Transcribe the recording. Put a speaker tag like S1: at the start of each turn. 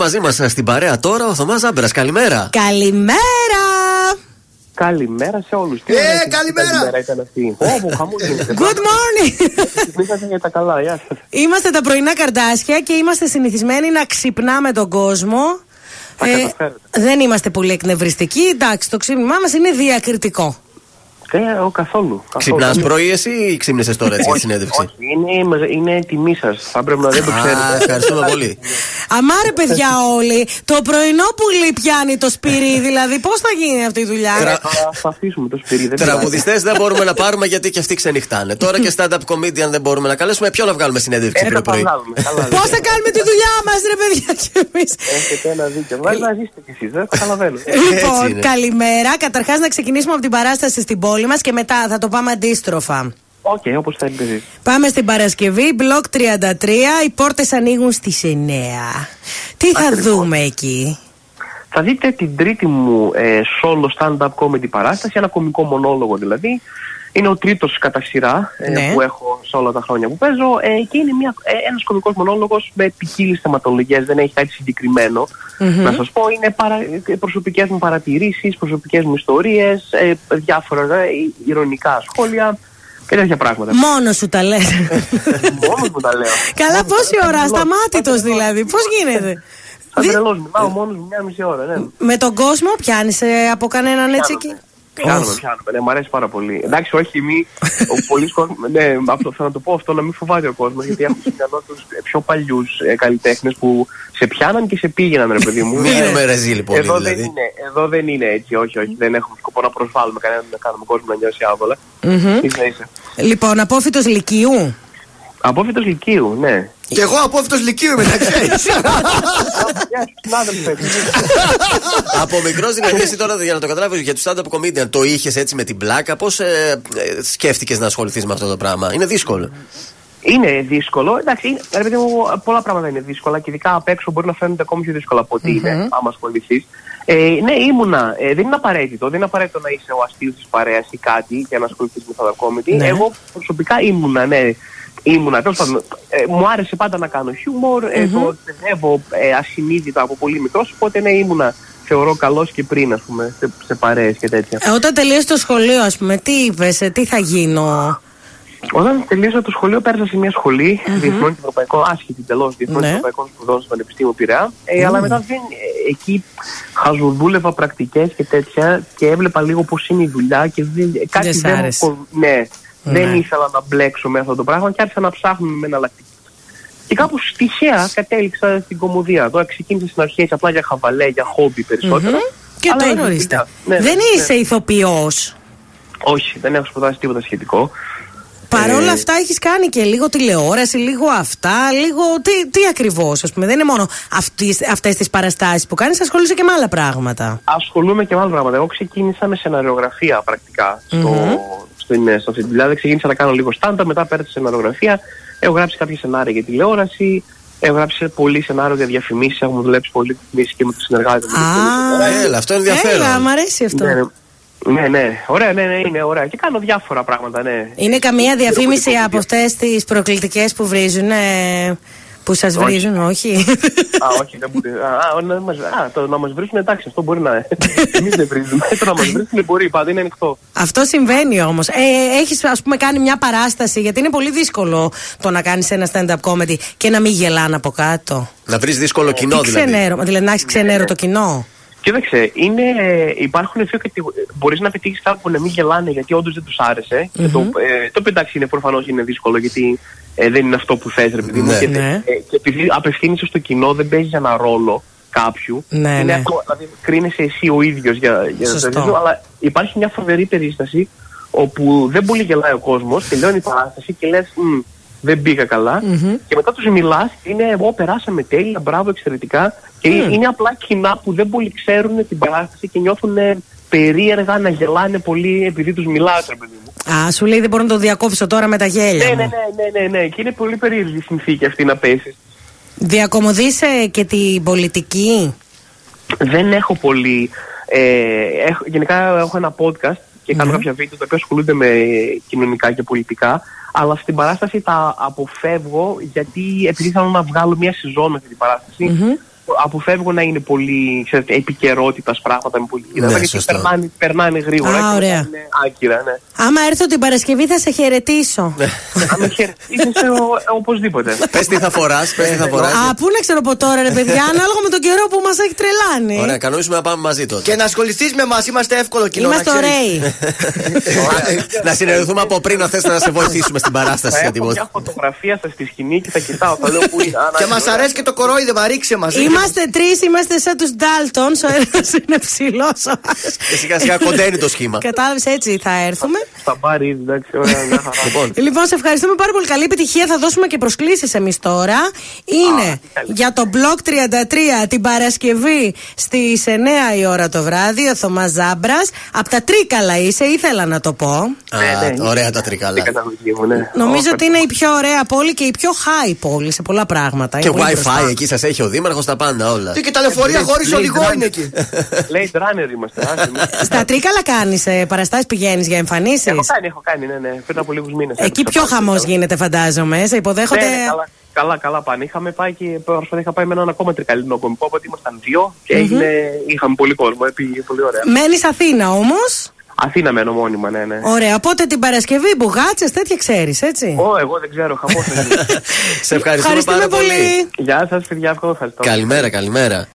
S1: μαζί μας στην παρέα τώρα ο Θωμάς Ζάμπερας. Καλημέρα.
S2: Καλημέρα!
S3: Καλημέρα σε όλους.
S4: Ε, καλημέρα.
S3: Καλημέρα ήταν αυτή. Όπου χαμό γίνεται.
S2: Good morning!
S3: Ξυπνήσατε για τα καλά, γεια σας.
S2: είμαστε τα πρωινά καρδάσια και είμαστε συνηθισμένοι να ξυπνάμε τον κόσμο. Ε,
S3: Τα καταφέρετε.
S2: δεν είμαστε πολύ εκνευριστικοί. Εντάξει, το ξύπνημά μας είναι διακριτικό.
S3: Ε, ο καθόλου.
S1: Ξυπνά
S3: καθόλου.
S1: πρωί εσύ ή ξύπνησες τώρα έτσι για συνέντευξη.
S3: Όχι, είναι, μαζε- είναι τιμή σας. Θα πρέπει να δεν το
S1: Α,
S3: ξέρετε.
S1: ευχαριστούμε πολύ.
S2: Αμάρε, παιδιά, όλοι. Το πρωινό πουλί πιάνει το σπυρί, δηλαδή. Πώς θα γίνει αυτή η δουλειά.
S1: Τρα-
S3: Ε, Θα- Θα αφήσουμε το σπίτι. Δεν πειράζει.
S1: Τραγουδιστές δεν μπορούμε να πάρουμε γιατί και αυτοί ξενυχτάνε. Τώρα και stand-up comedian δεν μπορούμε να καλέσουμε. Ποιο να βγάλουμε συνέντευξη
S3: Ε, θα τα
S1: πρωί-πρωί.
S3: βγάλουμε, καλά λέτε.
S2: Πώ θα κάνουμε τη δουλειά μας, ρε παιδιά, κι εμείς.
S3: Έχετε ένα δίκιο. Βέβαια, ζήστε κι εσείς. Δεν
S4: Ε,
S3: καταλαβαίνω.
S1: Έτσι
S2: Λοιπόν,
S1: είναι.
S2: καλημέρα. Καταρχάς, να ξεκινήσουμε από την παράσταση στην πόλη μας και μετά θα το πάμε αντίστροφα.
S3: Οκ, όπως θα εμπειρείς.
S2: Πάμε στην Παρασκευή, μπλοκ 33. Οι πόρτες ανοίγουν στις 9. Τι θα
S3: Ακριβώς.
S2: δούμε εκεί.
S3: Θα δείτε την τρίτη μου ε, solo stand-up comedy παράσταση, ένα κομικό μονόλογο δηλαδή. Είναι ο τρίτος κατά σειρά ε,
S2: Ναι.
S3: που έχω σε όλα τα χρόνια που παίζω ε, και είναι μια, ε, ένας κομικός μονόλογος με ποικίλες θεματολογίες, δεν έχει κάτι συγκεκριμένο. Να σας πω, είναι παρα, ε, προσωπικές μου παρατηρήσεις, προσωπικές μου ιστορίες, ε, διάφορα ε, ηρωνικά σχόλια και τέτοια πράγματα.
S2: Μόνος σου τα λες.
S3: Μόνος μου τα λέω.
S2: Καλά, πόση ώρα, σταμάτητο
S3: Σαν τρελός.
S2: δηλαδή. Πώς γίνεται.
S3: Σαν
S2: Δι-
S3: τρελός μιλάω μόνος μου μια μισή ώρα, ναι.
S2: Με τον κόσμο πιάνεις από κανέναν έτσι εκεί.
S3: Πιάνομαι. Πιάνομαι, πιάνομαι. Ναι, μου αρέσει πάρα πολύ. Εντάξει, όχι μη. Ο πολλοί κόσμος, ναι, αυτό, θα να το πω αυτό, να μην φοβάται ο κόσμος, γιατί έχουν στο μυαλό τους πιο παλιούς ε, καλλιτέχνες που σε πιάναν και σε πήγαιναν, ρε παιδί μου.
S1: Μην
S3: Ε,
S1: γίνουμε ρεζί λοιπόν
S3: εδώ, δεν
S1: δηλαδή.
S3: είναι, εδώ δεν είναι έτσι, όχι, όχι. Δεν έχουμε σκοπό να προσβάλλουμε κανέναν, να κάνουμε κόσμο να νιώσει άβολα.
S2: Μμμ.
S3: Ίσα ίσα.
S2: Λοιπόν, απόφυτος Λυκειού.
S3: Απόφυτος Λυκείου, ναι.
S4: Κι εγώ απόφυτος λυκείου είμαι, να ξέρει.
S3: Γεια σου, συνάδελφε.
S1: Από μικρός δηλαδή, εσύ τώρα για να το καταλάβεις για τους stand-up comedian, το είχες έτσι με την πλάκα. Πώς ε, ε, σκέφτηκες να ασχοληθείς με αυτό το πράγμα. Είναι δύσκολο.
S3: Είναι δύσκολο. Εντάξει, είναι- ρε παιδί μου, πολλά πράγματα είναι δύσκολα και ειδικά απ' έξω μπορεί να φαίνονται ακόμη πιο δύσκολα από ό,τι είναι, άμα ασχοληθείς. Ε, ναι, ήμουνα. Ε, δεν είναι απαραίτητο. Δεν είναι απαραίτητο να είσαι ο αστείο της παρέας ή κάτι για να ασχοληθείς με τα κόμιτι.
S2: Ναι.
S3: Εγώ προσωπικά ήμουνα, ναι. Ήμουνα. Τέλος πάντων, ε, μου άρεσε πάντα να κάνω χιούμορ. Ε, το παιδεύω ε, ασυνείδητα από πολύ μικρός. Οπότε ναι, ήμουνα. Θεωρώ καλός και πριν, ας πούμε, σε, σε παρέες και τέτοια.
S2: Ε, Όταν τελείωσε το σχολείο, ας πούμε, τι είπες, τι θα γίνω.
S3: Όταν τελείωσα το σχολείο, πέρασα σε μια σχολη διεθνών και ευρωπαϊκών, άσχετη εντελώς διεθνών
S2: Ναι.
S3: και ευρωπαϊκών σπουδών στο Πανεπιστήμιο Πειραιά. Ε, Αλλά μετά δεν, ε, εκεί χαζοδούλευα πρακτικές και τέτοια και έβλεπα λίγο πώς είναι η δουλειά και δεν, ε, κάτι
S2: σ'
S3: δεν, μου
S2: άρεσε.
S3: κο- ναι, δεν
S2: Ναι.
S3: ήθελα να μπλέξω με αυτό το πράγμα και άρχισα να ψάχνω με εναλλακτική. Και κάπως τυχαία κατέληξα στην κομμωδία. Τώρα ξεκίνησα στην αρχή έτσι απλά για χαβαλέ, για χόμπι περισσότερα.
S2: Και
S3: Αλλά είναι
S2: τώρα ορίστε.
S3: δουλειά. Ναι,
S2: δεν
S3: ναι.
S2: είσαι ηθοποιός.
S3: Όχι, δεν έχω σπουδάσει τίποτα σχετικό.
S2: Παρ' όλα
S3: Ε,
S2: αυτά έχεις κάνει και λίγο τηλεόραση, λίγο αυτά, λίγο. Τι, τι ακριβώς, ας πούμε. Δεν είναι μόνο αυτές τις παραστάσεις που κάνεις, ασχολείσαι και με άλλα πράγματα.
S3: ασχολούμαι και με άλλα πράγματα. Εγώ ξεκίνησα με σεναριογραφία πρακτικά στο, στην, ε, σε αυτή τη δουλειά. Δεν ξεκίνησα να κάνω λίγο stand-up, μετά πέρασα στη σεναριογραφία. Έχω γράψει κάποια σενάρια για τηλεόραση. Έχω γράψει πολύ σενάριο για διαφημίσεις. Έχουμε δουλέψει πολύ διαφημίσει και με τους συνεργάτες μου.
S2: Α,
S1: Έλα, αυτό είναι
S2: Έλα, μ'
S1: ενδιαφέρον.
S2: αρέσει αυτό.
S3: Ναι, ναι. Ναι, ναι, ωραία, ναι, ναι, είναι ωραία. Και κάνω διάφορα πράγματα, ναι.
S2: Είναι καμία διαφήμιση
S3: Χειροκροτικό
S2: από αυτές τις προκλητικές που βρίζουν. ε, που σας βρίζουν, όχι.
S3: Α, όχι, δεν μπορεί. Α, α, να μας- α, το να μας βρίσκουν, εντάξει, αυτό μπορεί να. Εμείς δεν βρίζουμε. Το να μας βρίσκουν μπορεί, πάντα είναι ανοιχτό.
S2: Αυτό συμβαίνει όμως. Ε, έχεις, ας πούμε, κάνει μια παράσταση, γιατί είναι πολύ δύσκολο το να κάνεις ένα stand-up comedy και να μην γελάνε από κάτω.
S1: Να βρεις δύσκολο κοινό
S2: Τι
S1: δηλαδή.
S2: ξενέρο, δηλαδή να έχεις ξενέρο το κοινό.
S3: Κοίταξε, είναι, υπάρχουν δύο κατηγορίε. Μπορείς να πετύχεις κάποιον που να μην γελάνε γιατί όντως δεν τους άρεσε. Και το, ε, το πεντάξει είναι προφανώς είναι δύσκολο γιατί ε, δεν είναι αυτό που θες, ρε παιδί μου.
S1: Ναι.
S3: Και,
S2: Ναι.
S3: ε, και επειδή απευθύνεσαι στο κοινό, δεν παίζεις ένα ρόλο κάποιου.
S2: Ναι,
S3: είναι
S2: ναι.
S3: αυτό, δηλαδή κρίνεσαι εσύ ο ίδιος για, για
S2: Σωστό.
S3: το ρόλο, Αλλά υπάρχει μια φοβερή περίσταση όπου δεν πολύ γελάει ο κόσμος, τελειώνει η παράσταση και λες. Δεν πήγα καλά. Και μετά τους μιλάς, είναι εγώ περάσαμε τέλεια, μπράβο, εξαιρετικά. Και είναι απλά κοινά που δεν πολύ ξέρουν την παράσταση και νιώθουν περίεργα να γελάνε πολύ επειδή τους μιλά, ρε παιδί μου.
S2: Α, σου λέει δεν μπορώ να το διακόψω τώρα με τα γέλια.
S3: Ναι, ναι,
S2: μου.
S3: ναι, ναι, ναι, ναι. Και είναι πολύ περίεργη η συνθήκη αυτή να πέσεις.
S2: Διακομωδείσαι και την πολιτική.
S3: δεν έχω πολύ. Ε, έχω, γενικά έχω ένα podcast και κάνω κάποια βίντεο τα οποία ασχολούνται με κοινωνικά και πολιτικά. Αλλά στην παράσταση τα αποφεύγω γιατί επειδή θέλω να βγάλω μια σεζόν με αυτή την παρασταση αποφεύγω να είναι πολύ ξέρετε, επικαιρότητας πράγματα με πολύ
S1: Ναι,
S3: κοίταγμα, γιατί
S1: σωστό.
S3: περνάνε, περνάνε γρήγορα.
S2: Α,
S3: και μετά
S2: ωραία.
S3: Είναι άκυρα, ναι.
S2: Άμα έρθω την Παρασκευή θα σε χαιρετήσω.
S1: Ναι,
S3: Αν με χαιρετήσεις, οπωσδήποτε.
S1: Πες τι θα φοράς, πες τι θα φοράς.
S2: Α, πού να ξέρω από τώρα, ρε παιδιά, ανάλογα με τον καιρό που μας έχει τρελάνει.
S1: Ωραία, κανονίζουμε να πάμε μαζί τότε.
S4: Και να ασχοληθείς με εμά, είμαστε εύκολο κοινό.
S2: Είμαστε
S4: να ξέρεις.
S2: ωραίοι.
S1: να συνεννοηθούμε από πριν να θες να σε βοηθήσουμε στην παράσταση.
S3: Θα
S1: για
S3: έχω
S1: τίποτα.
S3: μια φωτογραφία σα στη σκηνή και θα κοιτάω. Θα λέω που είναι. Α, να
S4: Και
S3: είναι
S4: μα
S3: ωραία.
S4: αρέσει και το κορόιδεμα, ρίξε μας.
S2: Είμαστε τρεις, είμαστε σαν τους Ντάλτον. Ο ένας είναι ψηλός, ο άλλος-
S1: Και σιγά σιγά κοντένει το σχήμα.
S2: Κατάλαβες έτσι θα έρθουμε.
S3: Θα πάρει, ήδη, εντάξει, ωραία, μια χαρά.
S1: Λοιπόν,
S2: Λοιπόν, σε ευχαριστούμε πάρα πολύ. Καλή επιτυχία. Θα δώσουμε και προσκλήσεις εμείς τώρα. Είναι για το Block 33 την Παρασκευή στις 9 η ώρα το βράδυ. Ο Θωμάς Ζάμπρας. Από τα τρίκαλα είσαι, ήθελα να το πω.
S1: α, ωραία τα τρικάλα.
S3: Η καταγωγή μου, ναι.
S2: Νομίζω
S3: Ω,
S2: ότι είναι η πιο ωραία πόλη και η πιο high πόλη σε πολλά πράγματα.
S1: Και
S2: Είναι Ε, πολύ μπροστά.
S1: WiFi εκεί σας έχει ο Δήμαρχος τα πάντα όλα.
S4: Τι και τα λεωφορεία χωρίς οδηγό είναι εκεί.
S3: Λέει runner είμαστε. άσε με.
S2: Στα τρίκαλα κάνεις παραστάσεις, πηγαίνεις για εμφανίσεις.
S3: Έχω κάνει, έχω κάνει, ναι, ναι. Πριν από λίγους μήνες.
S2: Εκεί πιο χαμός γίνεται, φαντάζομαι. Σε υποδέχονται.
S3: Ναι, ναι, καλά, καλά, καλά πάνε. Είχαμε πάει και πρόσφατα είχα πάει με έναν ακόμα τρικαλινό κομικό, οπότε ήμασταν δύο και έγινε, είχαμε πολύ κόσμο, πήγε πολύ ωραία.
S2: Μένεις Αθήνα όμως.
S3: Αθήνα μένω μόνιμα, ναι, ναι.
S2: Ωραία, οπότε την Παρασκευή μπουγάτσες, τέτοια ξέρεις, έτσι.
S3: Ω, εγώ δεν ξέρω, χαμός.
S1: Σε ευχαριστούμε πάρα πολύ.
S3: Γεια σας παιδιά, ευχαριστώ.
S1: Καλημέρα, καλημέρα.